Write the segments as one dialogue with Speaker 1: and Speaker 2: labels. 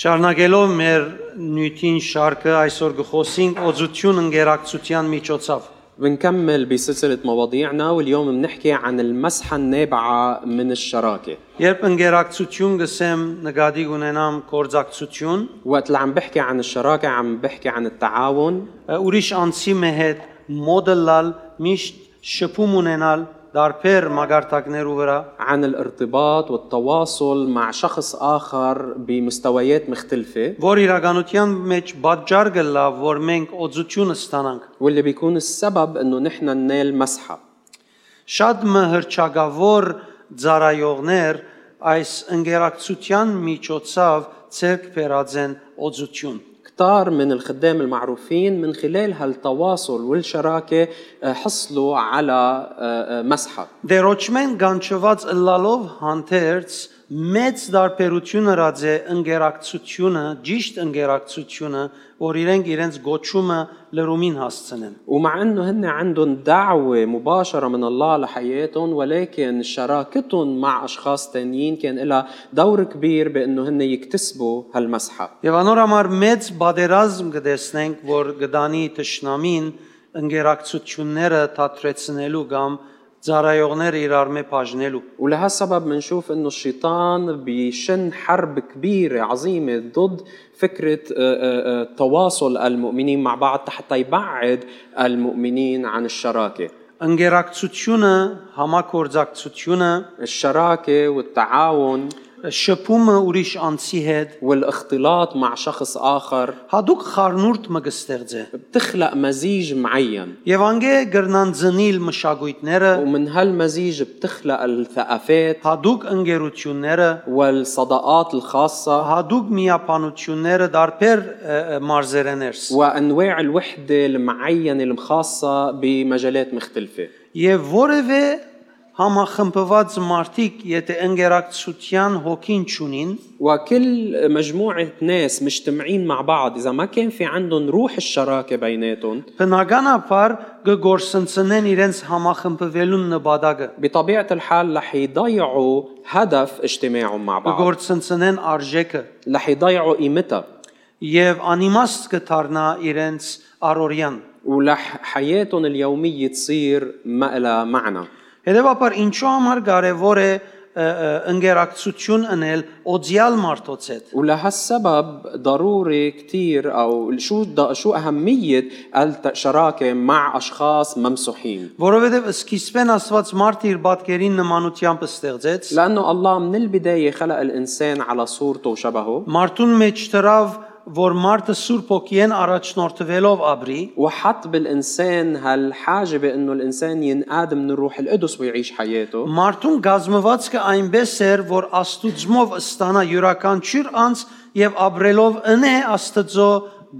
Speaker 1: Շարունակելով մեր նյութին շարքը այսօր գխոսենք օծություն ընկերակցության միջոցով։
Speaker 2: بنكمل بسلسلة مواضيعنا واليوم بنحكي عن المسحة النابعة من الشراكة
Speaker 1: Երբ ընկերակցություն գսեմ, նկատի ունենամ կորձակցություն,
Speaker 2: وقت اللي عم بحكي عن الشراكة عم بحكي عن التعاون
Speaker 1: ուրիշ անձի մե հետ մոդելալ միշտ շփում ունենալ դարբեր մագարտակներու վրա
Speaker 2: عن الارتباط والتواصل مع شخص آخر بمستويات مختلفة
Speaker 1: որ իրականության մեջ պատճառ գլա որ մենք օծություն ստանանք
Speaker 2: واللي بيكون السبب انه نحن ننال مسحة
Speaker 1: շատ մը հրճակավոր ծարայողներ այս ընկերակցության միջոցով ցերկ բերածեն օծություն
Speaker 2: كتار من الخدام المعروفين من خلال هالتواصل والشراكة آه، حصلوا على آه، آه، مسحة
Speaker 1: դերոճմեն գանչված լալով հանդերց մեծ դարբերություն ըրած է ընկերակցությունը ճիշտ ընկերակցությունը որ իրենք իրենց գոչումը լրումին հասցնեն
Speaker 2: ومع انه هن عندهم دعوه مباشره من الله لحياتهم ولكن شراكتهم مع اشخاص تانيين كان لها دور كبير بانه هن يكتسبوا هالمسحه
Speaker 1: Եվ անոր համար մեծ բادرազմ կտեսնենք, որ գդանի ճշնամին ընկերակցությունները թատրեցնելու կամ ծարայողները իրար մե բաժնելու։
Speaker 2: ولهالسبب منشوف انه الشيطان بيشن حرب كبيره عظيمه ضد فكره آه، آه، آه، تواصل المؤمنين مع بعض حتى يبعد المؤمنين عن الشراكه
Speaker 1: Ընկերակցությունը, համակորձակցությունը,
Speaker 2: الشراكه والتعاون
Speaker 1: շփումը ուրիշ անձի հետ
Speaker 2: والاختلاط مع شخص اخر
Speaker 1: հadoop խառնուրդ մը կստեղծե։
Speaker 2: بتخلق مزيج معين
Speaker 1: Եվ անգե գրնան ծնիլ մշակույթները,
Speaker 2: ومن هالمزيج بتخلق الثقافات
Speaker 1: հadoop ընկերությունները,
Speaker 2: والصداقات الخاصة
Speaker 1: հadoop միապանությունները դարբեր ը, ը, մարզերեներս։
Speaker 2: وأنواع الوحدة المعينة الخاصة بمجالات مختلفة
Speaker 1: Եվ որևէ համախմբված մարդիկ, եթե ընկերակցության հոգին չունին,
Speaker 2: وكل مجموعة ناس مجتمعين مع بعض إذا ما كان في عندهم روح الشراكة بيناتهم
Speaker 1: բնականաբար կգործընծնեն իրենց համախմբվելու նպատակը,
Speaker 2: بطبيعة الحال رح يضيعوا هدف اجتماعهم مع بعض
Speaker 1: կգործընծնեն արժեքը
Speaker 2: رح يضيعوا قيمتها
Speaker 1: եւ անիմաստ կդառնա իրենց առօրյան։
Speaker 2: ورح حياتهم اليومية تصير ما لها معنى
Speaker 1: Հետևաբար ինչու համար կարեւոր է ը, ը, ընկերակցություն ունել օդյալ մարդոց հետ։
Speaker 2: ولهالسبب ضروري كتير او شو د- شو اهميه الشراكه مع اشخاص ممسوحين
Speaker 1: Որովհետև սկիզբեն Աստված մարդը իր պատկերին նմանությամբ ստեղծեց,
Speaker 2: لانه الله من البدايه خلق الانسان على صورته وشبهه
Speaker 1: Մարտուն մեջ դրավ, որ մարտը Սուրբ Օքիեն առաջնորդվելով ապրի,
Speaker 2: وحط بالانسان هالحاجه بانه الانسان ينقاد من الروح القدس ويعيش حياته
Speaker 1: մարտուն գազմվածքը այնպես էր, որ աստուծմով ստանա յուրաքանչյուր անձ եւ ապրելով ընե աստծո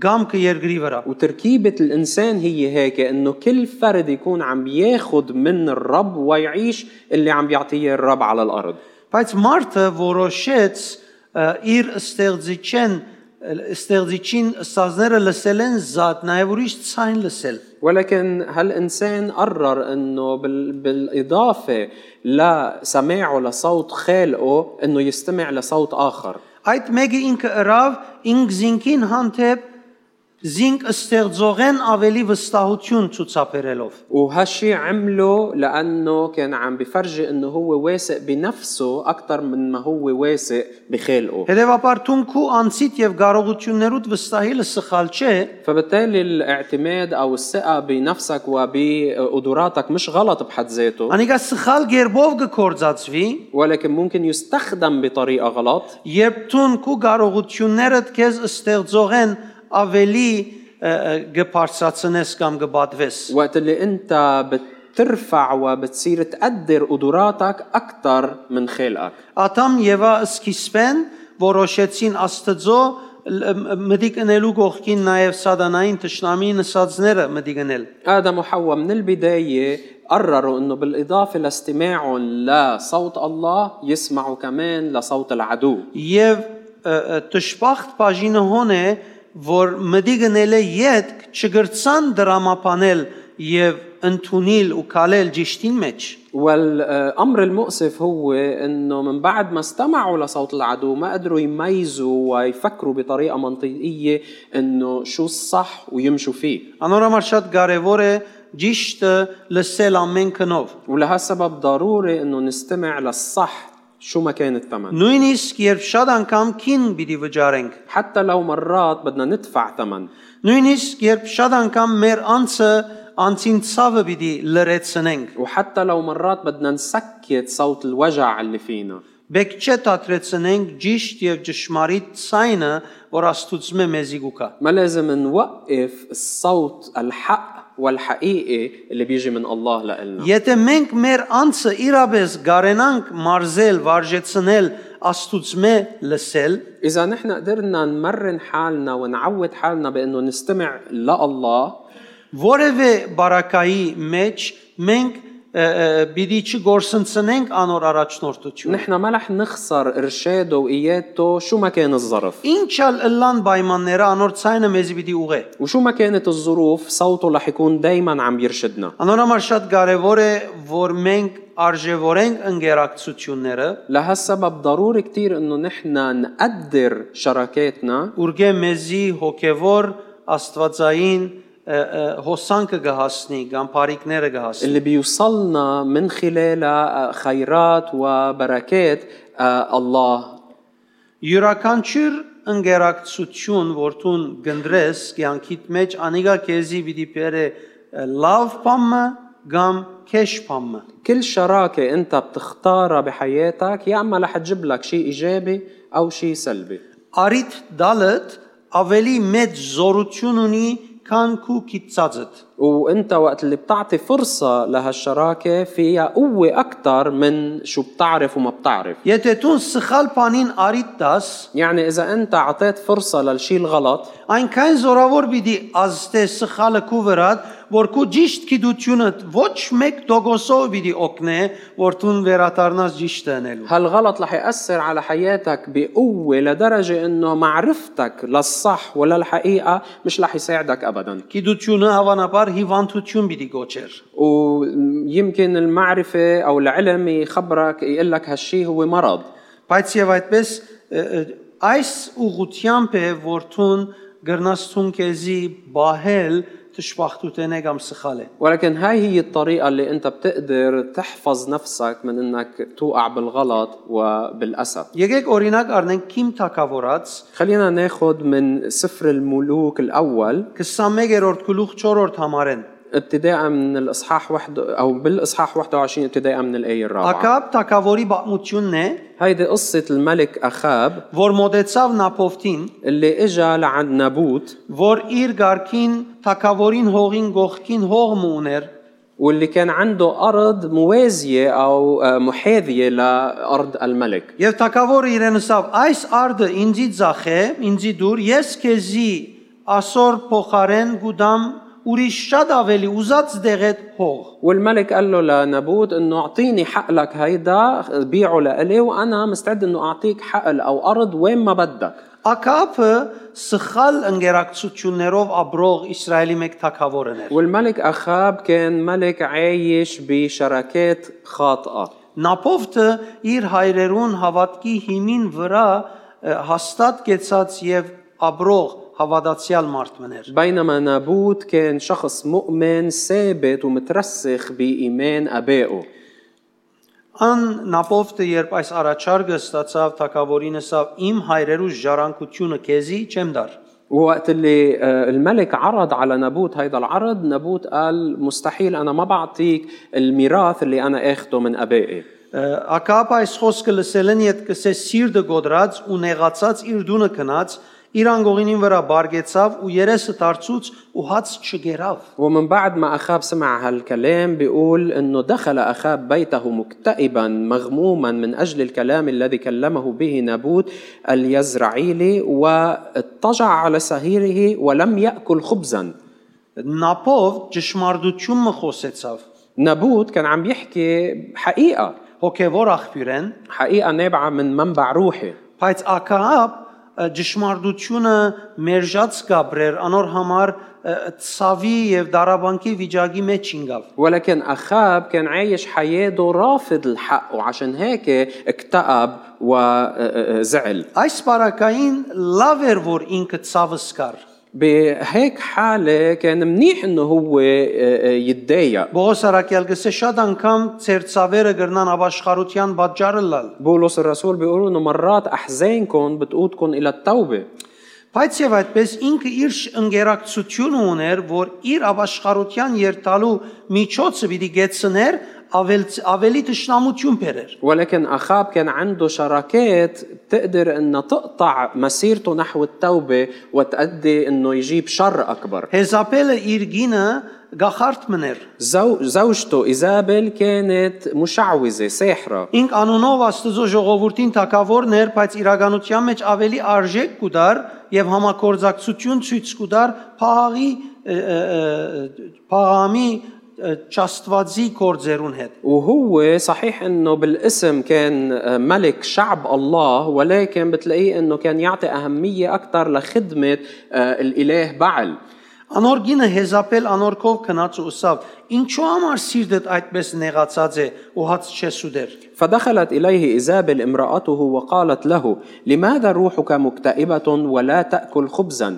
Speaker 1: գամքը երկրի վրա։
Speaker 2: وتركيبة الإنسان هي هيك إنه كل فرد يكون عم ياخد من الرب ويعيش اللي عم بيعطيه الرب على الأرض
Speaker 1: Բայց մարտը որոշեց ը, իր ստեղծիչեն ստեղծիչին սազները լսել են զատ, նաեւ ուրիշ ցայն լսել։
Speaker 2: ولكن هالإنسان قرر أنه بال... بالإضافة لسماعه لصوت خالقه أنه يستمع لصوت آخر
Speaker 1: Այդ մեկը ինքը ըրավ, ինք զինքին հանդեպ զինք ստեղծողեն ավելի վստահություն ցուցաբերելով։
Speaker 2: وهالشي عمله لأنه كان عم بفرجي أنه هو واثق بنفسه أكثر من ما هو واثق بخالقه
Speaker 1: Հետևաբար Թունքու անցիդ եւ կարողություններուդ վստահելը սխալ չէ,
Speaker 2: فبالتالي الاعتماد أو الثقة بنفسك وبقدراتك مش غلط بحد ذاته
Speaker 1: անիկա սխալ ģերբով կկործածվի,
Speaker 2: ولكن ممكن يستخدم بطريقة غلط
Speaker 1: երբ Թունքու կարողություններդ քեզ ստեղծողեն ավելի գբարծացնես կամ գբատվես։
Speaker 2: وقت اللي انت بترفع وبتصير تقدر قدراتك اكثر من خلقك
Speaker 1: Ադամ եւ Եվա սկիզբեն որոշեցին Աստծո լ- մ- մտիկ ընելու գողքին նաեւ սատանային ճշնամի նսածները մտիկ ընել։
Speaker 2: ادم وحواء من البدايه قرروا انه بالاضافه لاستماعهم لصوت الله يسمعوا كمان لصوت العدو
Speaker 1: Եվ ը, ը, դժբախտ բաժինը հոն է, որ մտիկ ընելը յետ չգրցան դրամապանել եւ ընդունել ու կալել ճիշտին մեջ։
Speaker 2: والامر المؤسف هو انه من بعد ما استمعوا لصوت العدو ما قدروا يميزوا ويفكروا بطريقه منطقيه انه شو الصح ويمشوا فيه
Speaker 1: Անոր համար շատ կարևոր է ճիշտը լսել ամեն կնով։
Speaker 2: ولهالسبب ضروري انه نستمع للصح شو ما كان الثمن
Speaker 1: Նույնիսկ երբ շատ անգամ քին պիտի վճարենք,
Speaker 2: حتى لو مرات بدنا ندفع ثمن
Speaker 1: նույնիսկ երբ շատ անգամ մեր անձը անցին ցավը պիտի լրացնենք,
Speaker 2: وحتى لو مرات بدنا نسكت صوت الوجع اللي فينا
Speaker 1: բեք չէ տատրեցնենք ճիշտ եւ ճշմարիտ ցայնը, որ աստուծմե մեզի գուկա։
Speaker 2: ما لازم نوقف الصوت الحق والحقيقي اللي بيجي من الله لإلنا
Speaker 1: Եթե մենք մեր անձը իրապես գարենանք մարզել, վարժեցնել աստուծմե լսել,
Speaker 2: إذا نحن قدرنا نمرن حالنا ونعود حالنا بأنه نستمع لله
Speaker 1: որևէ բարակայի մեջ մենք ը, ը, պիտի չգործընծնենք անոր առաջնորդությունը։
Speaker 2: نحن ما رح نخسر إرشاده وإيادته شو ما كان الظرف
Speaker 1: Ինչալ ըլլան պայմանները անոր ցայնը մեզ պիտի ուղե։
Speaker 2: وشو ما كانت الظروف صوته رح يكون دايما عم يرشدنا
Speaker 1: Անոր համար շատ կարևոր է, որ մենք արժևորենք ընկերակցությունները,
Speaker 2: لهالسبب ضروري كتير انه نحن نقدر شراكاتنا
Speaker 1: ուրգե մեզի հոգևոր աստվածային ը, ը, հոսանքը գահասնի, կամ բարիկները գահասնի։
Speaker 2: اللي بيوصلنا من خلالها خيرات وبركات آه، الله
Speaker 1: Յուրաքանչյուր ընկերակցություն, որտուն գնդրես կյանքիդ մեջ, անիկա քեզի պիտի բերե ը, լավ բամը կամ քեշ բամը։
Speaker 2: كل شراكة انت بتختارها بحياتك يا اما رح تجيب لك شيء ايجابي او شيء سلبي
Speaker 1: Արիդ դալըդ ավելի մեծ զորություն ունի, քան քու քիծածդ։
Speaker 2: وانت وقت اللي بتعطي فرصة لهالشراكة فيها قوة أكتر من شو بتعرف وما بتعرف
Speaker 1: Եթե դու սխալ բանին արիդ տաս,
Speaker 2: يعني إذا أنت أعطيت فرصة للشي الغلط
Speaker 1: այնքան զորավոր պիտի ազտե սխալը քու վրա, որ քու ճիշտ քիդությունը ոչ 1%-ով պիտի օգնե, որ դու վերադառնաս ճիշտ անելու։
Speaker 2: هالغلط رح يأثر على حياتك بقوة لدرجة إنه معرفتك للصح ولا الحقيقة مش رح يساعدك أبدا
Speaker 1: Գիտությունը հավանաբար հիվանդություն պիտի գոչեր։
Speaker 2: ويمكن المعرفة أو العلم يخبرك يقول لك هالشي هو مرض
Speaker 1: Բայց եւ այդպես ը, ը, այս ուղությամբ է որթուն գրնաստուն քեզի բահել դժբախտուտենե կամ սխալ է։
Speaker 2: ولكن هاي هي الطريقة اللي أنت بتقدر تحفظ نفسك من إنك توقع بالغلط وبالأسف
Speaker 1: Եկեք օրինակ առնենք Քիմ Թակավորած
Speaker 2: خلينا ناخد من سفر الملوك الأول
Speaker 1: 21-րդ գլուխ 4-րդ համարեն։
Speaker 2: ابتداء من الإصحاح واحد أو بالإصحاح 21 ابتداء من الآية الرابعة
Speaker 1: Ակաբ Թակավորի բացությունն է,
Speaker 2: هيدي قصة الملك أخاب
Speaker 1: որ մոտեցավ Նապովտին,
Speaker 2: اللي اجى لعند نابوت
Speaker 1: որ իր ղարքին Թակավորին հողին գողքին հողմ ուներ,
Speaker 2: واللي كان عنده أرض موازية أو آه، محاذية لأرض الملك
Speaker 1: եւ Թակավորը իրեն ասավ. «Այս արդը ինձի ծախե, ինձի դուր, ես քեզի ասոր փոխարեն գուդամ ուրիշ շատ ավելի ուզած դեղետ հող»։
Speaker 2: والملك قال له لنابوت انه اعطيني حق لك هيدا بيعه لإلي وانا مستعد انه اعطيك حقل او ارض وين ما بدك
Speaker 1: Ակապը սխալ ընկերակցություններով ապրող Իսրայելի մեկ թակավորն էր։
Speaker 2: والملك اخاب كان ملك عايش بشراكات خاطئه
Speaker 1: Նապովտը իր հայրերուն հավատքի հիմին վրա ը, հաստատ կեցած եւ ապրող հավատացյալ մարդ մներ։
Speaker 2: بينما نابوت كان شخص مؤمن ثابت ومترسخ بايمان ابائه
Speaker 1: Ան Նապովտը երբ այս առաջարկը ստացավ թակավորին ասավ. «Իմ հայրերուս ժառանգությունը քեզի չեմ դար»։
Speaker 2: ووقت اللي آه، الملك عرض على نابوت هيدا العرض نابوت قال مستحيل انا ما بعطيك الميراث اللي انا اخده من ابائي
Speaker 1: Ա, Ակապ այս խոսքը լսելն իդ կսե սիրտը գոդրած ու նեղացած իր դունը քնած իր անգողինին վրա բարգեցավ ու երեսը դարձուց ու հաց չգերավ։
Speaker 2: ومن بعد ما اخاب سمع هالكلام بيقول انه دخل اخاب بيته مكتئبا مغموما من اجل الكلام الذي كلمه به نابوت اليزرعيلي واضطجع على سهيره ولم ياكل خبزا
Speaker 1: Նապով ճշմարտությունը խոսեցավ։
Speaker 2: نابوت كان عم يحكي حقيقه
Speaker 1: Հոգևոր աղբյուրեն,
Speaker 2: حقيقه نابعه من منبع روحي
Speaker 1: բայց Ակաբ ը, ճշմարտությունը մերժած Գաբրիել անոր համար ը, ցավի եւ դարաբանկի վիճակի մեջ ինգավ։
Speaker 2: ولكن أخاب كان عايش حياته رافض الحق وعشان هيك اكتئب وزعل
Speaker 1: Այս պարակային լավ էր որ ինքը ցավս կար։
Speaker 2: بهيك حالة كان منيح انه هو آه، يتضايق
Speaker 1: Բողոս Արաքյալ գսե շատ անգամ ծեր ցավերը գրնան ապաշխարության պատճառը լալ։
Speaker 2: بولس الرسول بيقول انه مرات احزانكم بتقودكم الى التوبة
Speaker 1: Բայց եւ այդպես ինքը իր շ- ընկերակցությունը ուներ, որ իր ապաշխարության երթալու միջոցը պիտի գեցներ ավել ավելի ճշնամություն բերեր։
Speaker 2: ولكن أخاب كان عنده شراكات تقدر انها تقطع مسيرته نحو التوبة وتؤدي انه يجيب شر اكبر
Speaker 1: Հեզապելը իր գինը գախարտ մներ։
Speaker 2: زو- زوجته إيزابل كانت مشعوذة ساحرة
Speaker 1: Ինք անունով Աստծո ժողովրդին թակավորն էր, բայց իրականության մեջ ավելի արժեք կուտար եւ համակորձակցություն ցույց կուտար փաղի փաղամի ճաստվածի կորձերուն հետ։
Speaker 2: وهو صحيح انه بالاسم كان آه، ملك شعب الله ولكن بتلاقيه انه كان يعطي اهميه اكثر لخدمه آه، الاله بعل
Speaker 1: Անոր գինը հեզապել անորքով քնած ու ուսավ։ Ինչու համար սիրտդ այդպես նեղացած է ու հաց չես ուդեր։
Speaker 2: فدخلت اليه ايزابل امراته وقالت له لماذا روحك مكتئبه ولا تاكل خبزا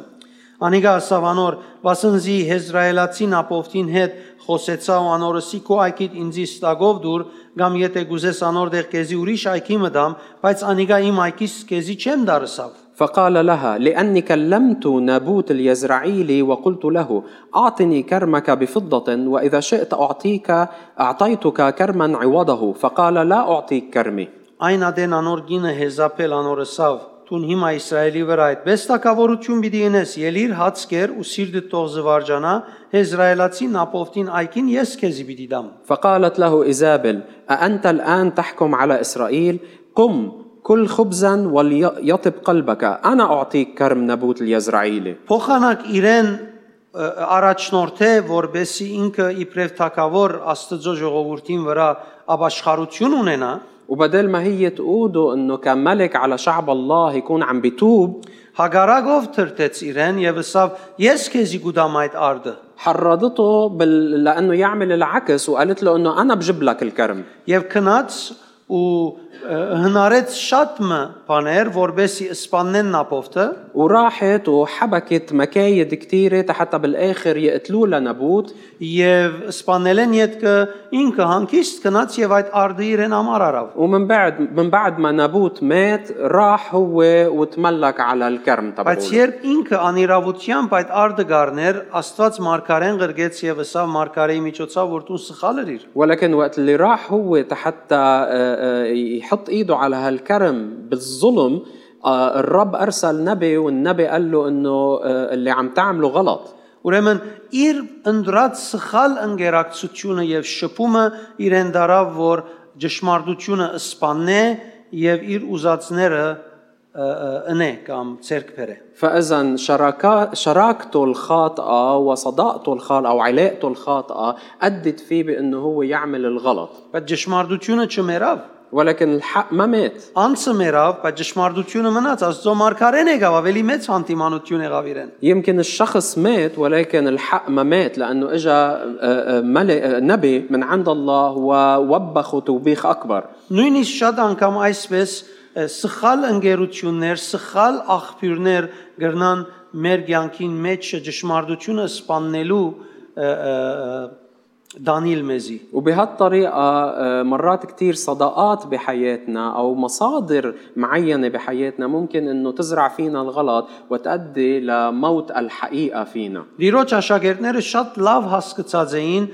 Speaker 1: Անիգա ասավ անոր, «Վասնզի Հեզրայելացին ապովտին հետ խոսեցա ու անորսի քո այքիդ ինձի ստագով դուր, կամ եթե գուզես անոր դեղ քեզի ուրիշ այքի մտամ, բայց անիգա իմ այքիս քեզի չեմ դարսավ»։
Speaker 2: فقال لها لاني كلمت نابوت اليزرعيلي وقلت له اعطني كرمك بفضه واذا شئت اعطيك اعطيتك كرما عوضه فقال لا اعطيك كرمي
Speaker 1: Այն ադեն անոր գինը Հեզապել անորսավ, «Տուն հիմա Իսրայելի վրա այդպես տակավորություն պիտի ենես, ելիր հացկեր ու սիրտը տող զվարճանա, Հեզրայելացին ապովտին այքին ես քեզի պիտի դամ»։
Speaker 2: فقالت له إيزابل أأنت الآن تحكم على إسرائيل؟ قم كل خبزا وليطب قلبك أنا أعطيك كرم نبوت اليزرعيلي
Speaker 1: Փոխանակ իրեն ը, առաջնորդ է, որբեսի ինքը իբրև թակավոր Աստծո ժողովրդին վրա ապաշխարություն ունենա,
Speaker 2: وبدل ما هي تقوده أنه كملك على شعب الله يكون عم بتوب
Speaker 1: հագարագով թրթեց իրեն եւ ասավ. «Ես քեզի գուտամ այդ արդը»։
Speaker 2: حرضته بال... لأنه يعمل العكس وقالت له أنه أنا بجيب لك الكرم
Speaker 1: Եվ քնած ու ը, հնարեց շատ մը բաներ, որբեսի սպաննեն նապովտը,
Speaker 2: وراحت وحبكت مكايد كتيرة حتى بالآخر يقتلوا لنبوت
Speaker 1: եւ սպանելեն յետքը ինքը հանկիստ քնած եւ այդ արդը իրեն համար արավ։
Speaker 2: ومن بعد من بعد ما نابوت مات راح هو وتملك على الكرم
Speaker 1: Բայց
Speaker 2: تبعه
Speaker 1: երբ ինքը անիրավությամբ այդ արդը գարներ, Աստված մարգարեն գրգեց եւ ասավ մարգարեի միջոցով, որ դու սխալ էր։ իր»։
Speaker 2: ولكن وقت اللي راح هو حتى آه، آه، يحط ايده على هالكرم بالظلم آه، الرب ارسل نبي والنبي قال له انه آه، اللي عم تعمله غلط
Speaker 1: Ուրեմն իր ընդրած սխալ ընկերակցությունը եւ շփումը իրեն դարավ, որ ճշմարտությունը սպաննե եւ իր ուզածները ը, ը, ընե կամ ցերկբերե։
Speaker 2: فاذا شراكا شراكته الخاطئه وصداقته الخاطئه او علاقته الخاطئه ادت فيه بانه هو يعمل الغلط
Speaker 1: Բայց ճշմարտությունը չմերավ,
Speaker 2: ولكن الحق ما مات
Speaker 1: անցը մերավ, բայց ճշմարտությունը մնաց, Աստծո մարգարեն եղավ, ավելի մեծ հանդիմանություն եղավ իրեն։
Speaker 2: يمكن الشخص مات ولكن الحق ما مات لانه اجى آه، آه، ملك- آه، نبي من عند الله ووبخه توبيخ اكبر
Speaker 1: Նույնիսկ շատ անգամ այսպես ը, սխալ ընկերություններ, սխալ աղբյուրներ գրնան մեր ցանկին մեջ ճշմարտությունը սպաննելու ը, ը, ը, Դանիել մեզի։
Speaker 2: وبهالطريقة آه، مرات كتير صداقات بحياتنا أو مصادر معينة بحياتنا ممكن أنه تزرع فينا الغلط وتؤدي لموت الحقيقة فينا
Speaker 1: Տիրոջ աշակերտները շատ լավ հասկացած էին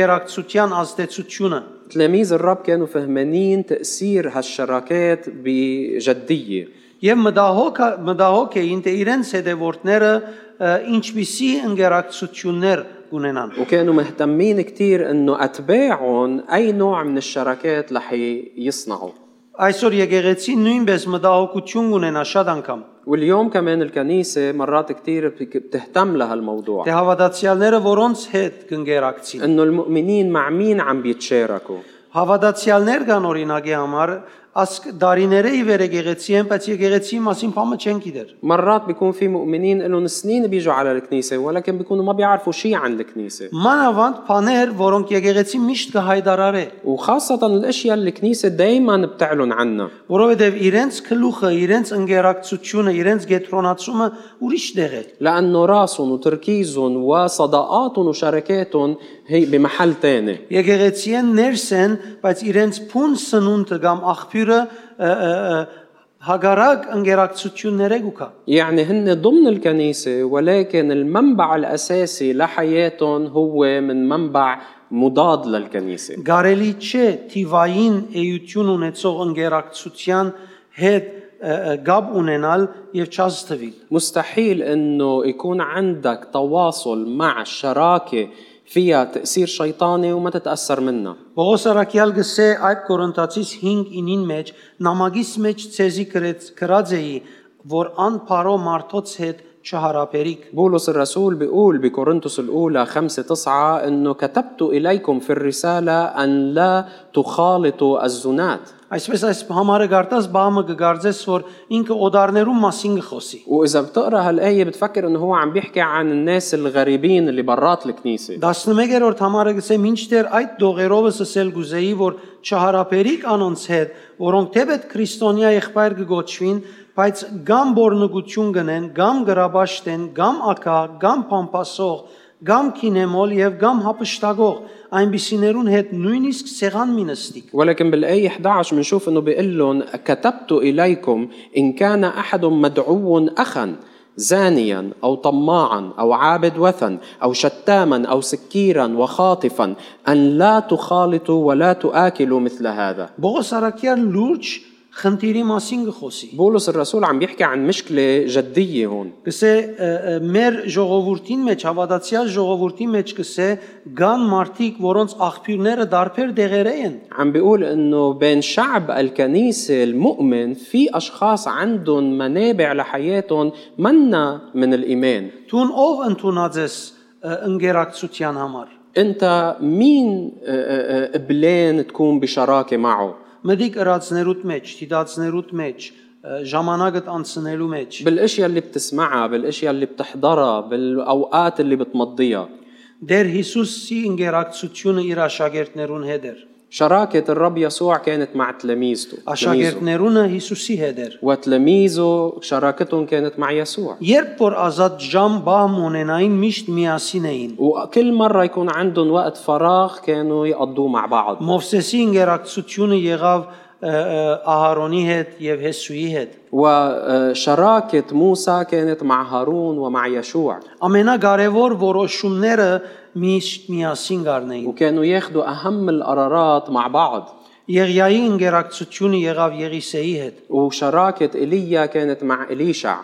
Speaker 1: ընկերակցության ազդեցությունը։
Speaker 2: تلاميذ الرب كانوا فهمانين تأثير هالشراكات بجدية
Speaker 1: Եվ մտահոգ մտահոգ էին թե իրենց հետևորդները ը, ինչպիսի ընկերակցություններ կունենան։
Speaker 2: وكانوا مهتمين كتير أنه أتباعهم أي نوع من الشراكات رح يصنعوا
Speaker 1: Այսօր եկեղեցին նույնպես մտահոգություն ունենա շատ անգամ։
Speaker 2: واليوم كمان الكنيسة مرات كتير بتك- بتهتم لهالموضوع
Speaker 1: Դե հավատացյալները որոնց հետ կընկերակցին։
Speaker 2: أنه المؤمنين مع مين عم بيتشاركوا
Speaker 1: Հավատացյալներ կան օրինակի համար ասկ դարիները ի վեր եկեղեցի են, բայց եկեղեցի մասին փամը չեն գիտեր։
Speaker 2: مرات بيكون في مؤمنين لهم سنين بيجوا على الكنيسة ولكن بيكونوا ما بيعرفوا شيء عن الكنيسة
Speaker 1: Մանավանդ բաներ, որոնք եկեղեցի միշտ կհայտարարե,
Speaker 2: وخاصة الأشياء اللي الكنيسة دايما بتعلن عنها
Speaker 1: որովհետև իրենց քլուխը, իրենց ընկերակցությունը, իրենց գետրոնացումը ուրիշ տեղ է։
Speaker 2: لأنه راسهم وتركيزهم وصداقاتهم وشركاتهم هي بمحل تاني
Speaker 1: Եկեղեցիեն ներս են, բայց իրենց փուն սնունդը կամ աղբյուրը ը, ը, ը, հագարակ ընկերակցություններ է գուկա։
Speaker 2: يعني هن ضمن الكنيسة ولكن المنبع الأساسي لحياتهم هو من منبع مضاد للكنيسة
Speaker 1: Գարելի չէ թիվային էյություն ունեցող ընկերակցության հետ ը, ը, գապ ունենալ եւ չազթվիլ։
Speaker 2: مستحيل انه يكون عندك تواصل مع شراكه فيها تاثير شيطاني وما تتاثر منها
Speaker 1: Պողոս Արաքյալ գսե այդ Կորինթացից 5:9-ին մեջ նամակից մեջ ցեզի գրեց գրած էի որ անփարո մարդոց հետ չհարաբերիք
Speaker 2: بولس الرسول بيقول بكورنثوس الأولى خمسة تسعة أنه كتبت إليكم في الرسالة أن لا تخالطوا الزنات
Speaker 1: այսպես այս համարը գարտած բամը կգարձես որ ինքը օդարներում մասին կխոսի
Speaker 2: وإذا بتقرأ هالآية بتفكر أنه هو عم بيحكي عن الناس الغريبين اللي برات الكنيسة
Speaker 1: 11-րդ համարը գսե մինչդեռ այդ դողերովս ասել գուզեի որ չհարաբերիք անոնց հետ որոնք թեպետ քրիստոնյա եղբայր կգոչվին բայց գամ բորնուգություն գնեն գամ գրաբաշտեն գամ ակա գամ փամփասող գամ քինեմոլ եւ գամ հապշտագող այնբիսիներուն հետ նույնիսկ սեղան մի նստիկ
Speaker 2: ولكن بالآية 11 بنشوف أنه بيقول لهم كتبت إليكم إن كان أحد مدعو أخا زانيا أو طماعا أو عابد وثن أو شتاما أو سكيرا وخاطفا أن لا تخالطوا ولا تآكلوا مثل هذا
Speaker 1: Բողոս Արաքյան լուրջ խնդիրի մասին գխոսի
Speaker 2: بولس الرسول عم بيحكي عن مشكلة جدية هون
Speaker 1: Գսե ը, ը, մեր ժողովրդին մեջ հավատացյալ ժողովրդի մեջ գսե կան մարդիկ, որոնց աղբյուրները դարբեր դեղերը են։
Speaker 2: عم بيقول انه بين شعب الكنيسة المؤمن في اشخاص عندهم منابع لحياتهم منا من الايمان
Speaker 1: Տուն ով ընդունած ես ը, ընկերակցության համար։
Speaker 2: انت مين آه، آه، آه، قبلان تكون بشراكه معه
Speaker 1: Մդիկ ըրացներուդ մեջ, դիդացներուդ մեջ, ը, ժամանակդ անցնելու մեջ։
Speaker 2: بالاشياء اللي بتسمعها بالاشياء اللي بتحضرها بالاوقات اللي بتمضيها
Speaker 1: Դեր Հիսուսի ինգերակցությունը իր աշակերտներուն հետ էր։
Speaker 2: شراكة الرب يسوع كانت مع تلاميذته تلاميذه.
Speaker 1: Աշակերտներունը Հիսուսի հետ էր։
Speaker 2: وتلاميذه شراكتهم كانت مع يسوع
Speaker 1: Երբ որ ազատ ժամ բամ ունենային միշտ միասին էին։
Speaker 2: وكل مرة يكون عندهم وقت فراغ كانوا يقضوه مع بعض
Speaker 1: Մովսեսի ինգերակցությունը եղավ ը, ը, Ահարոնի հետ եւ Հեսուի հետ։
Speaker 2: وشراكة آه، موسى كانت مع هارون ومع يشوع
Speaker 1: Ամենակարևոր որոշումները միշտ միասին գարնային։
Speaker 2: وكانوا ياخدوا أهم القرارات مع بعض
Speaker 1: Եղիայի ինգերակցությունը եղավ Եղիսեի հետ
Speaker 2: وشراكة إيليا كانت مع إليشع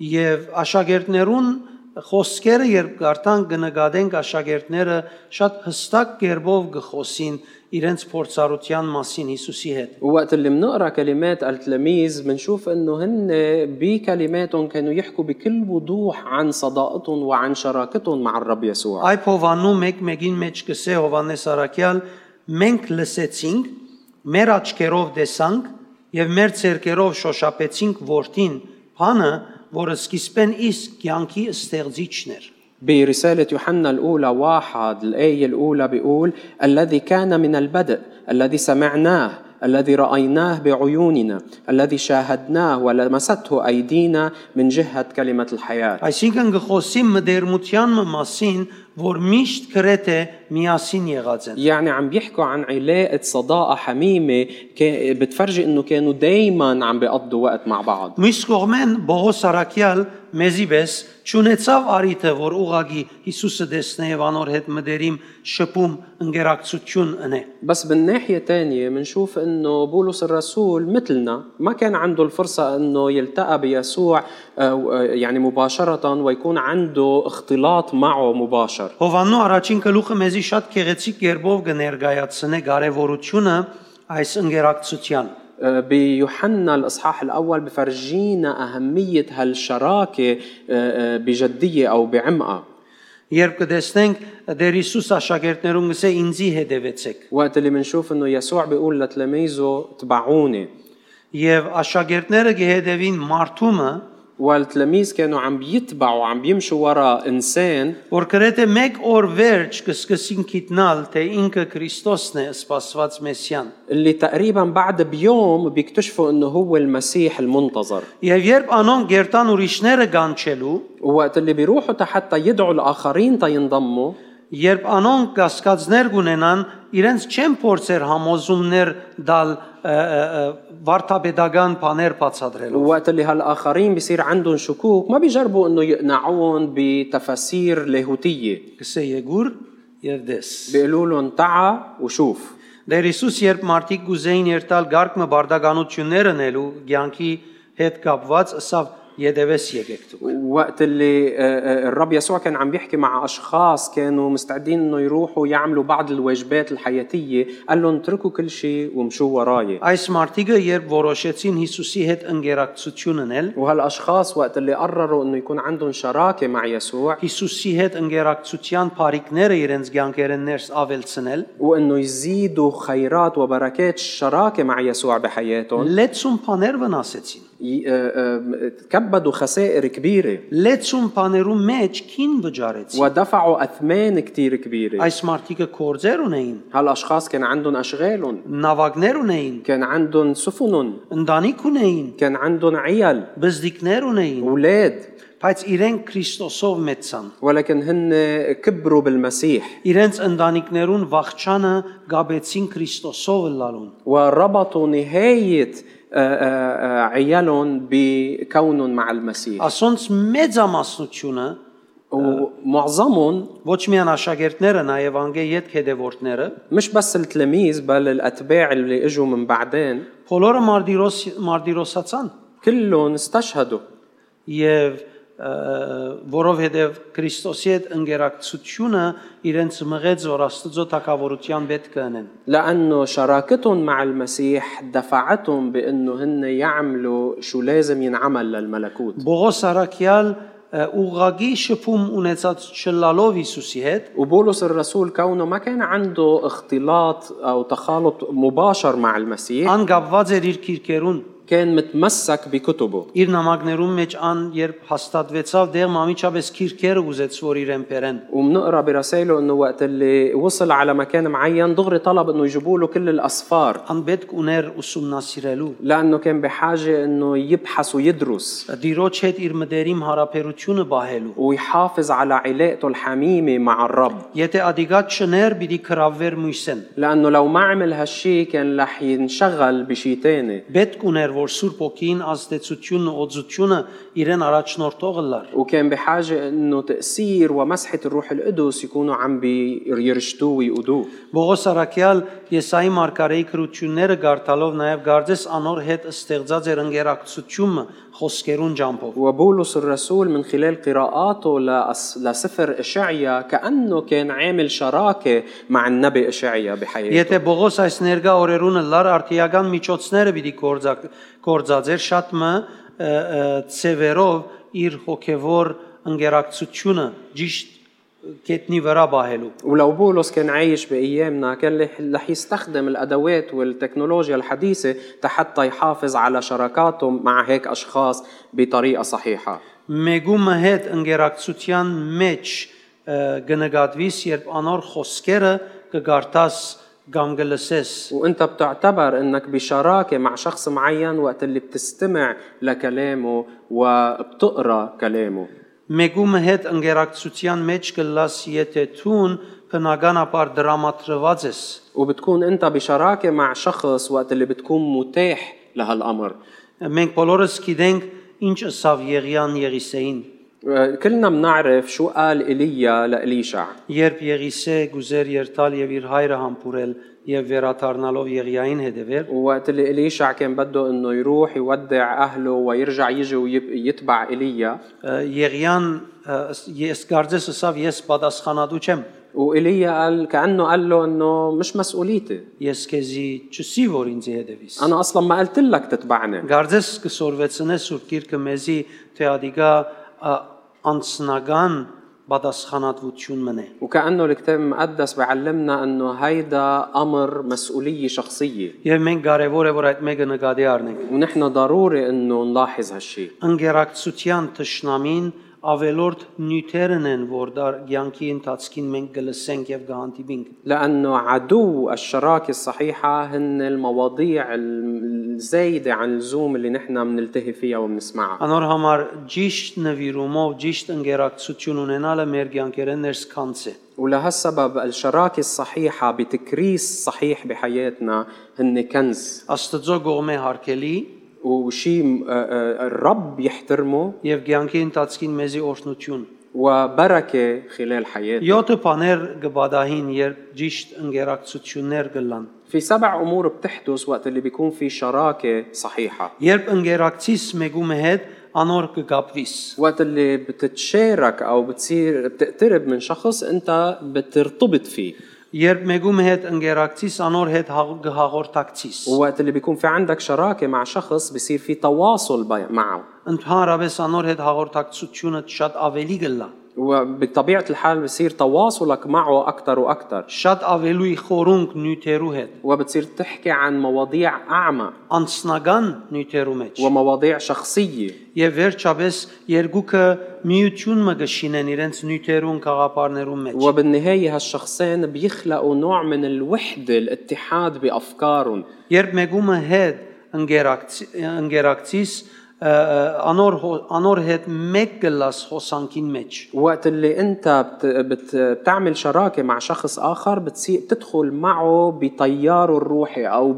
Speaker 1: եւ աշակերտներուն խոսքերը երբ գարտան կնկատենք աշակերտները շատ հստակ կերպով գխոսին իրենց փորձառության մասին Հիսուսի հետ։
Speaker 2: ووقت اللي بنقرا كلمات التلاميذ بنشوف انه هن بكلماتهم كانوا يحكوا بكل وضوح عن صداقتهم وعن شراكتهم مع الرب يسوع
Speaker 1: Այ Հովանու 1:1-ին մեջ գսե Հովանես Արաքյալ մենք լսեցինք, մեր աչքերով տեսանք եւ մեր ցերկերով շոշափեցինք որդին, բանը, որը սկիզբեն իսկ կյանքի ստեղծիչն էր։
Speaker 2: برسالة يوحنا الأولى واحد الآية الأولى بيقول الذي كان من البدء الذي سمعناه الذي رأيناه بعيوننا الذي شاهدناه ولمسته أيدينا من جهة كلمة الحياة
Speaker 1: Այսինքն գխոսի մդերմության մասին, որ միշտ գրեթե միասին եղած են։
Speaker 2: يعني عم بيحكوا عن علاقة صداقة حميمة كا- بتفرجي انه كانوا دايما عم بيقضوا وقت مع بعض
Speaker 1: Միս կողմեն Բողոս Արաքյալ մեզի պես ճունեցավ արիթը, որ ուղագի Հիսուսը դեսնե եւ անոր հետ մդերիմ շփում ընկերակցություն ընե։
Speaker 2: بس بالناحية تانية منشوف انه بولس الرسول مثلنا ما كان عنده الفرصة انه يلتقى بيسوع آه، و- آه، يعني مباشرة ويكون عنده اختلاط معه مباشر
Speaker 1: Հովաննու առաջին գլուխը մեզի շատ քեղեցիկ երբով կներկայացնե կարևորությունը այս ընկերակցության։
Speaker 2: آه، بيوحنا الاصحاح الاول بفرجينا اهمية هالشراكة آه، آه، بجدية او بعمقها
Speaker 1: Երբ կտեսնենք դեր Հիսուս աշակերտներուն գսե ինձի հետևեցեք։
Speaker 2: وقت اللي بنشوف انه يسوع بيقول لتلاميذه تبعوني
Speaker 1: եւ աշակերտները կհետևին մարդումը,
Speaker 2: والتلاميذ كانوا عم بيتبعوا عم بيمشوا وراء انسان
Speaker 1: որ գրեթե մեկ օր վերջ կսկսին գիտնալ, թե ինքը Քրիստոսն է սпасված Մեսիան։
Speaker 2: اللي تقريبا بعد بيوم بيكتشفوا انه هو المسيح المنتظر
Speaker 1: Եվ երբ անոնք գերտան ուրիշները գանչելու,
Speaker 2: ووقت اللي بيروحوا حتى يدعوا الاخرين تينضموا
Speaker 1: Երբ անոնք կասկածներ կունենան, իրենց չեն փորձեր համոզումներ դալ ը, ը, ը, վարդապետական բաներ բացատրելու։
Speaker 2: وقت اللي هالاخرين بصير عندهم شكوك ما بيجربوا انه يقنعون بتفاسير لاهوتيه
Speaker 1: Գսե Եգուր եւ դես։
Speaker 2: بيقولوا لهم تعا وشوف
Speaker 1: Դեր Հիսուս երբ մարդիկ գուզեին երթալ գարկմը բարդագանությունները նելու, ցանկի հետ կապված, ասավ Եդևես եկեք դուք։
Speaker 2: وقت اللي آه، آه، الرب يسوع كان عم بيحكي مع اشخاص كانوا مستعدين انه يروحوا يعملوا بعض الواجبات الحياتيه قال لهم اتركوا كل شيء ومشوا وراي
Speaker 1: Այս մարդիկը երբ որոշեցին Հիսուսի հետ ընկերակցություն ունել,
Speaker 2: وهالاشخاص وقت اللي قرروا انه يكون عندهم شراكه مع يسوع
Speaker 1: Հիսուսի հետ ընկերակցության բարիկները իրենց ցանկերեն ներս ավելցնել,
Speaker 2: وانه يزيدوا خيرات وبركات الشراكه مع يسوع بحياتهم
Speaker 1: լեցուն բաներ վնասեցին։
Speaker 2: ي- آه، آه، تكبدوا خسائر كبيره
Speaker 1: լեցուն բաներու մեջ քին վճարեցին
Speaker 2: ودفعوا اثمان كثير كبيره
Speaker 1: այս մարդիկը կորձեր ունեին
Speaker 2: هالاشخاص كان عندهم اشغالهم
Speaker 1: նավակներ ունեին
Speaker 2: كان عندهم سفنهم
Speaker 1: ընտանիք ունեին
Speaker 2: كان عندهم عيال
Speaker 1: բզդիկներ ունեին
Speaker 2: اولاد
Speaker 1: բայց իրենք քրիստոսով մեծան
Speaker 2: ولكن هن كبروا بالمسيح
Speaker 1: իրենց ընտանիքներուն վախճանը գաբեցին քրիստոսով լալուն
Speaker 2: وربطوا نهايه آه، آه، آه، عيالهم بكونهم مع المسيح
Speaker 1: ասոնց մեծամասնությունը
Speaker 2: ومعظمهم
Speaker 1: ոչ միայն աշակերտները նաև անգե յետ հետևորդները
Speaker 2: مش بس التلاميذ بل الاتباع اللي اجوا من بعدين
Speaker 1: բոլորը մարդիրոս մարդիրոսացան
Speaker 2: كلهم استشهدوا
Speaker 1: եւ ը, որովհետեւ Քրիստոսի հետ ընկերակցությունը իրենց մղեց որ Աստծո թակավորության վետ կընեն։
Speaker 2: لانه شراكتهم مع المسيح دفعتهم بانه هن يعملوا شو لازم ينعمل للملكوت
Speaker 1: Բողոս Արաքյալ ը, ուղագի շփում ունեցած չլալով Հիսուսի հետ
Speaker 2: وبولس الرسول كونه ما كان عنده اختلاط او تخالط مباشر مع المسيح
Speaker 1: անգապված էր իր քիրքերուն
Speaker 2: كان متمسك بكتبه
Speaker 1: իր նամակներում մեջ ան երբ հաստատվեցավ դեղ մամիչապես քիրքերը ուզեց որ իրեն բերեն
Speaker 2: وبنقرا برسائله انه وقت اللي وصل على مكان معين دغري طلب انه يجيبوا له كل الاصفار
Speaker 1: ան պետք ուներ ուսումնասիրելու
Speaker 2: لانه كان بحاجه انه يبحث ويدرس
Speaker 1: դիրոջ հետ իր մտերիմ հարաբերությունը բահելու
Speaker 2: ويحافظ على علاقته الحميمه مع الرب
Speaker 1: եթե ադիգատ շներ պիտի քրավվեր մույսեն
Speaker 2: لانه لو ما عمل هالشي كان رح ينشغل بشي تاني
Speaker 1: Պետք ուներ, որ Սուրբ Օքին ազդեցությունն ու օծությունը իրեն առաջնորդողը լար։
Speaker 2: وكان بحاجة انه تأثير ومسحة الروح القدس يكونوا عم بيرشدوه ويقودوه
Speaker 1: Բողոս Արաքյալ Եսայի մարգարեի քրությունները գարտալով նաև Գարձես անոր հետ ստեղծած էր ընկերակցությունը խոսքերուն ջամփով։
Speaker 2: وبولس الرسول من خلال قراءاته لأس- لسفر إشعيا كأنه كان عامل شراكة مع النبي إشعيا بحياته
Speaker 1: Եթե Բողոս այս ներկա օրերուն լար արտիական միջոցները պիտի կորցակ կորցածեր շատ մը ը, ը, ցևերով իր հոգևոր ընկերակցությունը ճիշտ կետնի վրա բահելու։
Speaker 2: ولو بولس كان عايش بأيامنا كان لح- رح يستخدم الأدوات والتكنولوجيا الحديثة حتى يحافظ على شراكاته مع هيك أشخاص بطريقة صحيحة
Speaker 1: Մեգումը հետ ընկերակցության մեջ ը, կնկատվիս, երբ անոր խոսքերը կգարտաս կամ կլսես։
Speaker 2: وانت بتعتبر انك بشراكة مع شخص معين وقت اللي بتستمع لكلامه وبتقرأ كلامه
Speaker 1: Մեգումը հետ ընկերակցության մեջ կլաս, եթե ցուն բնականաբար դրամատրված ես։
Speaker 2: وبتكون انت بشراكه مع شخص وقت اللي بتكون متاح لهالامر
Speaker 1: Մենք բոլորս գիտենք ինչ ասավ Եղիան Եղիսեին,
Speaker 2: آه، كلنا بنعرف شو قال ايليا لاليشع
Speaker 1: երբ Եղիսե գուզեր երթալ եւ իր հայրը համբուրել եւ վերաթարնալով Եղիային հետևել,
Speaker 2: ووقت اللي اليشع كان بده انه يروح يودع اهله ويرجع يجي ويتبع ايليا
Speaker 1: ը, Եղիան ը, ս- ես կարծես ասավ ես պատասխանատու չեմ։
Speaker 2: وايليا قال كانه قال له انه مش مسؤوليتي
Speaker 1: Ես քեզի չսի որ ինձ հետևիս։
Speaker 2: انا اصلا ما قلت لك تتبعني
Speaker 1: Գարձես կսորվեցնես Սուրբ Գիրքը մեզի թե ադիգա ա, անձնական պատասխանատվություն մնե։
Speaker 2: وكأنه الكتاب المقدس بيعلمنا أنه هيدا أمر مسؤولية شخصية
Speaker 1: Եվ մենք կարևոր է որ այդ մեկը նկատի առնենք։
Speaker 2: ونحن ضروري أنه نلاحظ هالشيء
Speaker 1: Ընկերակցության ճշնամին ավելորդ նյութերն են, որ դար ցանկի ընթացքին մենք գլսենք եւ կհանդիպենք։
Speaker 2: لأنه عدو الشراكة الصحيحة هن المواضيع الزايدة عن اللزوم اللي نحن بنلتهي فيها وبنسمعها
Speaker 1: Անոր համար ճիշտ նվիրումով ճիշտ ընկերակցություն ունենալը մեր ցանկերեն ներսքանց է։
Speaker 2: ولهالسبب الشراكة الصحيحة بتكريس صحيح بحياتنا هن كنز
Speaker 1: Աստծո գողմե հարկելի
Speaker 2: وشيء آه، الرب يحترمه
Speaker 1: եւ ցանկի ընթացքին մեզի օրհնություն։
Speaker 2: وبركة خلال حياتنا
Speaker 1: Յոթը բաներ կբադահին, երբ ճիշտ ընկերակցություններ կլան։
Speaker 2: في سبع أمور بتحدث وقت اللي بيكون في شراكة صحيحة
Speaker 1: Երբ ընկերակցիս մեկու հետ անոր կգապվիս։
Speaker 2: وقت اللي بتتشارك أو بتصير بتقترب من شخص أنت بترتبط فيه
Speaker 1: Երբ մեկու հետ ընկերակցիս, անոր հետ հաղորդակցիս։
Speaker 2: ووقت اللي بيكون في عندك شراكة مع شخص بصير في تواصل بي- معه
Speaker 1: Ընդհանրապես անոր հետ հաղորդակցությունը շատ ավելի կլա։
Speaker 2: وبطبيعة الحال بصير تواصلك معه أكثر وأكثر
Speaker 1: Շատ ավելուի խորունկ նյութերու հետ,
Speaker 2: وبتصير تحكي عن مواضيع أعمى
Speaker 1: անձնական նյութերու մեջ։
Speaker 2: ومواضيع شخصية
Speaker 1: Եվ վերջապես երկուքը միություն մը գշինեն իրենց նյութերուն խաղապարներու մեջ։
Speaker 2: وبالنهاية هالشخصين بيخلقوا نوع من الوحدة الاتحاد بأفكارهم
Speaker 1: Երբ մեգումը հետ ընկերակցի ընկերակցիս ը, ը, անոր հո- անոր հետ մեկ գլաս հոսանքին մեջ
Speaker 2: وقت اللي انت بت... بت... بتعمل شراكه مع شخص اخر بتصير بتدخل معه بتياره الروحي او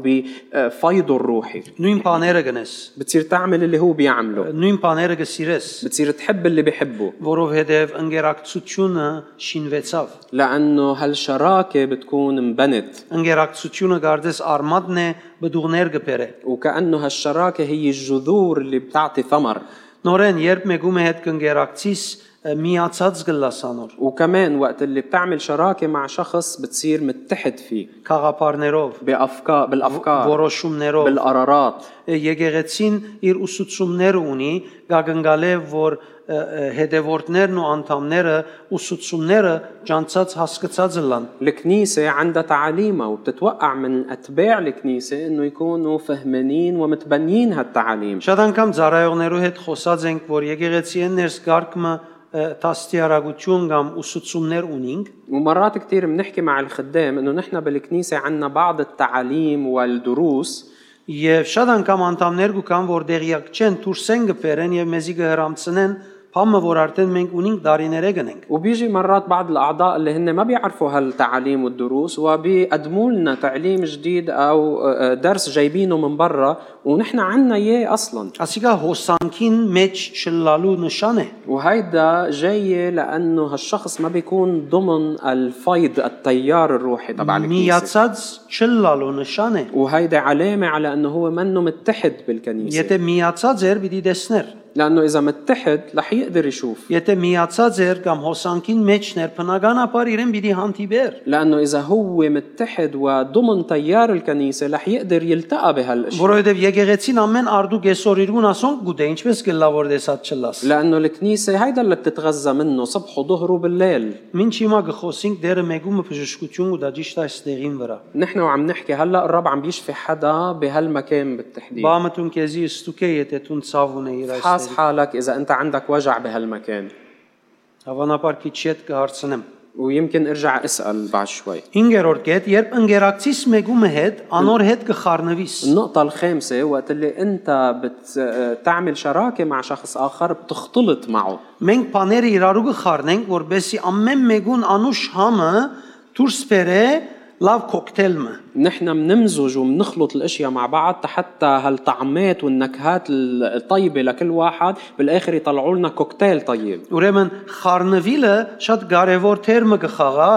Speaker 2: بفيضه الروحي
Speaker 1: նույն բաները գնես
Speaker 2: بتصير تعمل اللي هو بيعمله
Speaker 1: նույն բաները գսիրես
Speaker 2: بتصير تحب اللي بيحبه
Speaker 1: որովհետև ընկերակցությունը շինվեցավ
Speaker 2: لانه هالشراكه بتكون مبنت
Speaker 1: ընկերակցությունը գարդես արմատն է բդուղներ գբերե
Speaker 2: وكانه هالشراكه هي الجذور اللي بتعطي ثمر
Speaker 1: նորեն երբ մեգումը հետ կընկերակցիս ը, միացած գլաս անոր
Speaker 2: وكمان وقت اللي بتعمل شراكه مع شخص بتصير متحد فيه
Speaker 1: խաղապարներով
Speaker 2: بافكار بالافكار
Speaker 1: որոշումներով
Speaker 2: بالقرارات
Speaker 1: Եկեղեցին իր ուսուցումները ունի, գագնգալե որ ը, ը, հետևորդներն ու անդամները ուսուցումները ճանցած հասկացած լան։
Speaker 2: الكنيسة عندها تعاليمها وبتتوقع من أتباع الكنيسة إنه يكونوا فهمانين ومتبنيين هالتعاليم
Speaker 1: Շատ անգամ ծառայողներու հետ խոսած ենք, որ եկեղեցիեն ներս գարկմը տաստիարակություն կամ ուսուցումներ ունինք,
Speaker 2: ومرات كتير بنحكي مع الخدام إنه نحن بالكنيسة عندنا بعض التعاليم والدروس
Speaker 1: եւ շատ անգամ անդամներ կան, որ դեղյակ չեն, դուրսեն գբերեն եւ մեզի կհրամցնեն, բամը որ արդեն մենք ունինք դարիներ է գնենք։
Speaker 2: وبيجي مرات بعض الأعضاء اللي هن ما بيعرفوا هالتعاليم والدروس وبيقدموا لنا تعليم جديد أو آه، آه، درس جايبينه من برا ونحن عنا إياه أصلاً
Speaker 1: Ասիկա հոսանքին մեջ շլալու նշան է։
Speaker 2: وهيدا جاي لانه هالشخص ما بيكون ضمن الفيض التيار الروحي تبع الكنيسه
Speaker 1: Միացած չլալու նշան է։
Speaker 2: وهيدا علامه على انه هو منه متحد بالكنيسه
Speaker 1: Եթե միացած էր, պիտի դեսներ։
Speaker 2: لانه اذا متحد رح يقدر يشوف
Speaker 1: Եթե միացած էր կամ հոսանքին մեջներ, բնականաբար իրեն պիտի հանդիպեր,
Speaker 2: لانه اذا هو متحد وضمن تيار الكنيسه رح يقدر يلتقى بهالاشياء
Speaker 1: որովհետև եկեղեցին ամեն արդու կեսօր իրուն ասոն գուտե, դե ինչպես գլավոր դեսած չլաս։
Speaker 2: لانه الكنيسه هيدا اللي بتتغذى منه صبح وظهر وبالليل
Speaker 1: Մինչ հիմա գխոսինք դերը մեգումը բժշկություն ու դա ճիշտ է ստեղին վրա։
Speaker 2: نحن وعم نحكي هلا الرب عم بيشفي حدا بهالمكان بالتحديد
Speaker 1: Բամտուն քեզի ստուկե, եթե տուն ցավ ունե իր այս։
Speaker 2: حاس حالك اذا انت عندك وجع بهالمكان
Speaker 1: Հավանաբար քիչ հետ կհարցնեմ։
Speaker 2: ويمكن ارجع اسال بعد شوي
Speaker 1: 5-րդ կետ, երբ ընկերակցիս մեգումը հետ, անոր հետ կխառնվիս։
Speaker 2: النقطة الخامسة وقت اللي أنت بتعمل شراكة مع شخص آخر بتختلط معه
Speaker 1: Մենք բաները իրարու գխառնենք, որբեսի ամեն մեկուն անուշ համը դուրս բերե լավ կոկտեյլը։
Speaker 2: نحن بنمزج وبنخلط الاشياء مع بعض حتى هالطعمات والنكهات الطيبه لكل واحد بالاخر يطلعوا لنا كوكتيل طيب
Speaker 1: Ուրեմն խառնվիլը շատ կարևոր թերմը գխաղա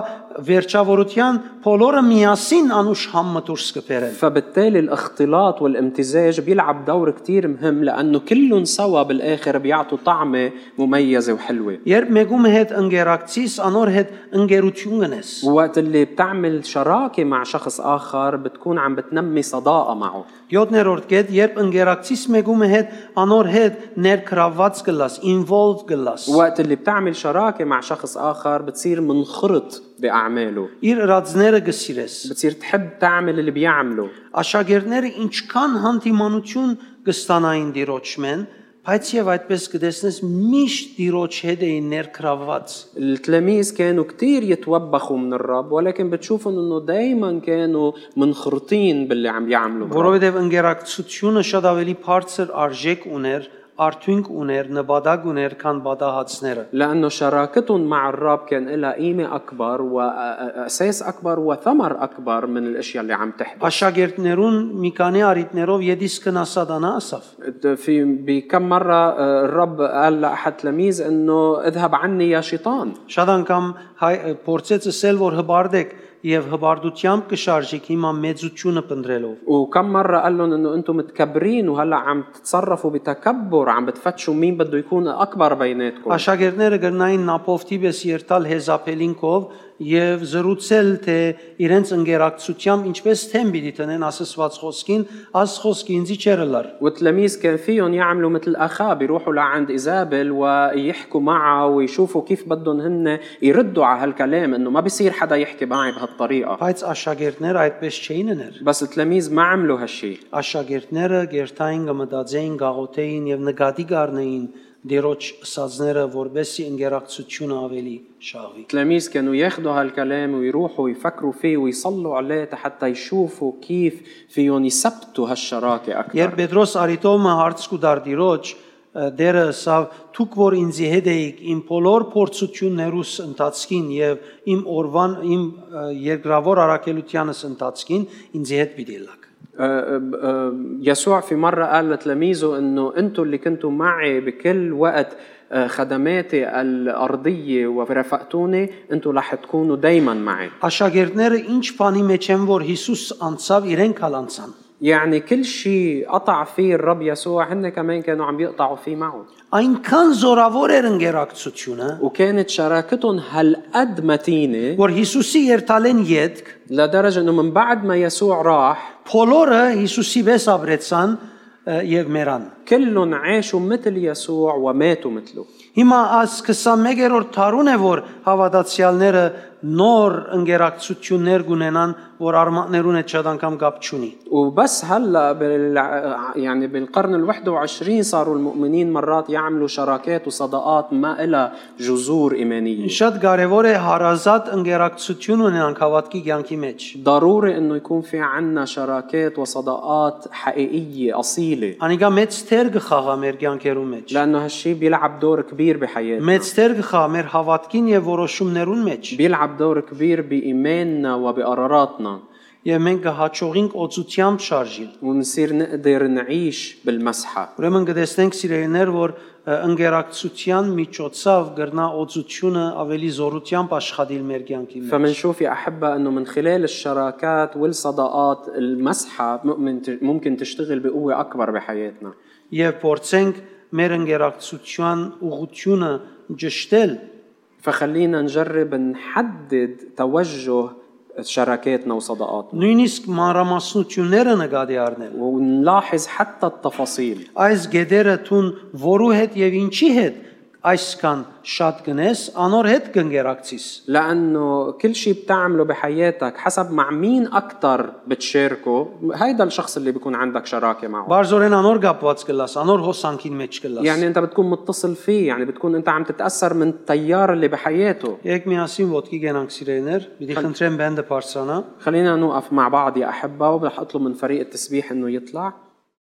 Speaker 1: վերջավորության բոլորը միասին անուշամ մտուրս կբերեն։
Speaker 2: فبالتالي الاختلاط والامتزاج بيلعب دور كتير مهم لانه كلهم سوا بالاخر بيعطوا طعمه مميزه وحلوه
Speaker 1: Երբ մեկում հետ ընկերակցիս, անոր հետ ընկերություն գնես։
Speaker 2: وقت اللي بتعمل شراكه مع شخص اخر بتكون عم بتنمي صداقه معه
Speaker 1: 7-րդ կետ, երբ ընկերակցիս մեկում հետ անոր հետ ներքրաված գլաս, involved գլաս։
Speaker 2: وقت اللي بتعمل شراكه مع شخص اخر بتصير منخرط باعماله
Speaker 1: Իր ռածները գսիրես։
Speaker 2: بتصير تحب تعمل اللي بيعمله
Speaker 1: Աշակերտները ինչքան հանդիմանություն կստանային դիրոճմեն, բայց եւ այդպես կտեսնես միշտ դիրոջ հետ էին ներքրաված։
Speaker 2: التلاميذ كانوا كتير يتوبخوا من الرب ولكن بتشوفوا انه دايما كانوا منخرطين باللي عم يعملوا بالرب.
Speaker 1: Որովհետև ընկերակցությունը շատ ավելի բարձր արժեք ուներ, արդյունք ուներ, նպատակ ուներ, քան բադահացները։
Speaker 2: لانه شراكتهم مع الرب كان لها قيمه اكبر واساس اكبر وثمر اكبر من الاشياء اللي عم تحدث
Speaker 1: Աշակերտներուն մի քանի արիտներով եդիս կնասադանա ասավ։
Speaker 2: في بكم مره آه، الرب قال لاحد تلاميذ انه اذهب عني يا شيطان
Speaker 1: Շատ անգամ հայ- փորձեց ասել, որ հբարդեք եւ հբարդությամբ կշարժեք հիմա մեծությունը պնդրելով։
Speaker 2: وكم مرة قال لهم انه انتم متكبرين وهلا عم تتصرفوا بتكبر عم بتفتشوا مين بده يكون اكبر بيناتكم
Speaker 1: Աշակերտները գրնային նապովտիպես երթալ հեզապելինքով եւ զրուցել թե իրենց ընկերակցությամբ ինչպես թեմ պիտի տնեն ասացված խոսքին, աս խոսքը ինձի չերելար։
Speaker 2: والتلاميذ كان فيهم يعملوا مثل اخاه بيروحوا لعند ايزابل ويحكوا معها ويشوفوا كيف بدهم هن يردوا على هالكلام انه ما بصير حدا يحكي معي بهالطريقه
Speaker 1: Բայց աշակերտները այդպես չէին ներ։
Speaker 2: بس التلاميذ ما عملوا هالشيء
Speaker 1: Աշակերտները գերթային կմտածեին, գաղութեին եւ նկատի կառնեին դերոջ սածները, որբեսի ընկերակցությունը ավելի շաղվի։
Speaker 2: التلاميذ كانوا ياخذوا هالكلام ويروحوا يفكروا فيه ويصلوا عليه حتى يشوفوا كيف فيهم يثبتوا هالشراكه اكثر
Speaker 1: Երբ Պետրոս Արիտոմը հարց կուտար դիրոջ, դերը ասավ. «Դուք որ ինձ հետ էիք իմ բոլոր փորձություններուս ընթացքին եւ իմ օրվան իմ ը, երկրավոր առաքելությանս ընթացքին ինձ հետ պիտի լակ»։
Speaker 2: آه، آه، يسوع في مرة قال لتلاميذه انه انتم اللي كنتوا معي بكل وقت آه، خدماتي الأرضية ورافقتوني انتم رح تكونوا دايما معي
Speaker 1: Աշակերտները ինչ բանի մեջ են, որ Հիսուս անցավ, իրենք հալ անցան։
Speaker 2: يعني كل شيء قطع فيه الرب يسوع هن كمان كانوا عم يقطعوا فيه معه
Speaker 1: Այնքան զորավոր էր ընկերակցությունը,
Speaker 2: وكانت شراكتهم هالقد متينة
Speaker 1: որ Հիսուսի երթալեն յետք
Speaker 2: لدرجة انه من بعد ما يسوع راح
Speaker 1: բոլորը Հիսուսի վես ապրեցան ը, եւ մեռան։
Speaker 2: كلهم عاشوا مثل يسوع وماتوا مثله
Speaker 1: Հիմա աս 21-րդ տարուն է, որ հավատացյալները նոր ընկերակցություններ կունենան, որ արմատներուն հետ շատ անգամ կապ չունի։
Speaker 2: وبس هلا بال يعني بالقرن ال 21 صاروا المؤمنين مرات يعملوا شراكات وصداقات ما إلها جذور إيمانية
Speaker 1: Շատ կարևոր է հարազատ ընկերակցություն ունենանք հավատքի կյանքի մեջ։
Speaker 2: ضروري انه يكون في عنا شراكات وصداقات حقيقية أصيلة
Speaker 1: Անիկա մեծ թեր կխաղա մեր կյանքերուն մեջ։
Speaker 2: لأنه هالشي بيلعب دور كبير بحياتنا
Speaker 1: Մեծ թեր կխաղա մեր հավատքին եւ որոշումներուն մեջ։
Speaker 2: بيلعب دور كبير بإيماننا وبقراراتنا
Speaker 1: Եվ մենք կհաջողենք օծությամբ շարժիլ։
Speaker 2: ونصير نقدر نعيش بالمسحة
Speaker 1: Ուրեմն կտեսնենք սիրելիներ, որ ը, ընկերակցության միջոցով գրնա օծությունը ավելի զորությամբ աշխատիլ մեր կյանքի մեջ։
Speaker 2: فمنشوف يا أحبة أنه من خلال الشراكات والصداقات المسحة مؤمن- ممكن تشتغل بقوة أكبر بحياتنا
Speaker 1: եւ փորձենք մեր ընկերակցության ուղությունը ճշտել
Speaker 2: فخلينا نجرب نحدد توجه شراكاتنا وصداقاتنا
Speaker 1: նույնիսկ մանրամասնությունները նկատի առնել
Speaker 2: ونلاحظ حتى التفاصيل
Speaker 1: այս գեդերը ցուն որու հետ եւ ինչի հետ այսքան շատ գնես անոր հետ կընկերակցես
Speaker 2: لأنه كل شيء بتعمله بحياتك حسب مع مين أكتر بتشاركه هيدا الشخص اللي بيكون عندك شراكة معه
Speaker 1: բարձորեն անոր կապված կլաս անոր հոսանքին մեջ կլաս
Speaker 2: يعني أنت بتكون متصل فيه يعني بتكون أنت عم تتأثر من التيار اللي بحياته
Speaker 1: Եկ միասին ոդկի գնանք սիրելիներ, պիտի խնդրեմ բենդը բարձրանա։
Speaker 2: خلينا نوقف مع بعض يا أحبة وبرح أطلب من فريق التسبيح أنه يطلع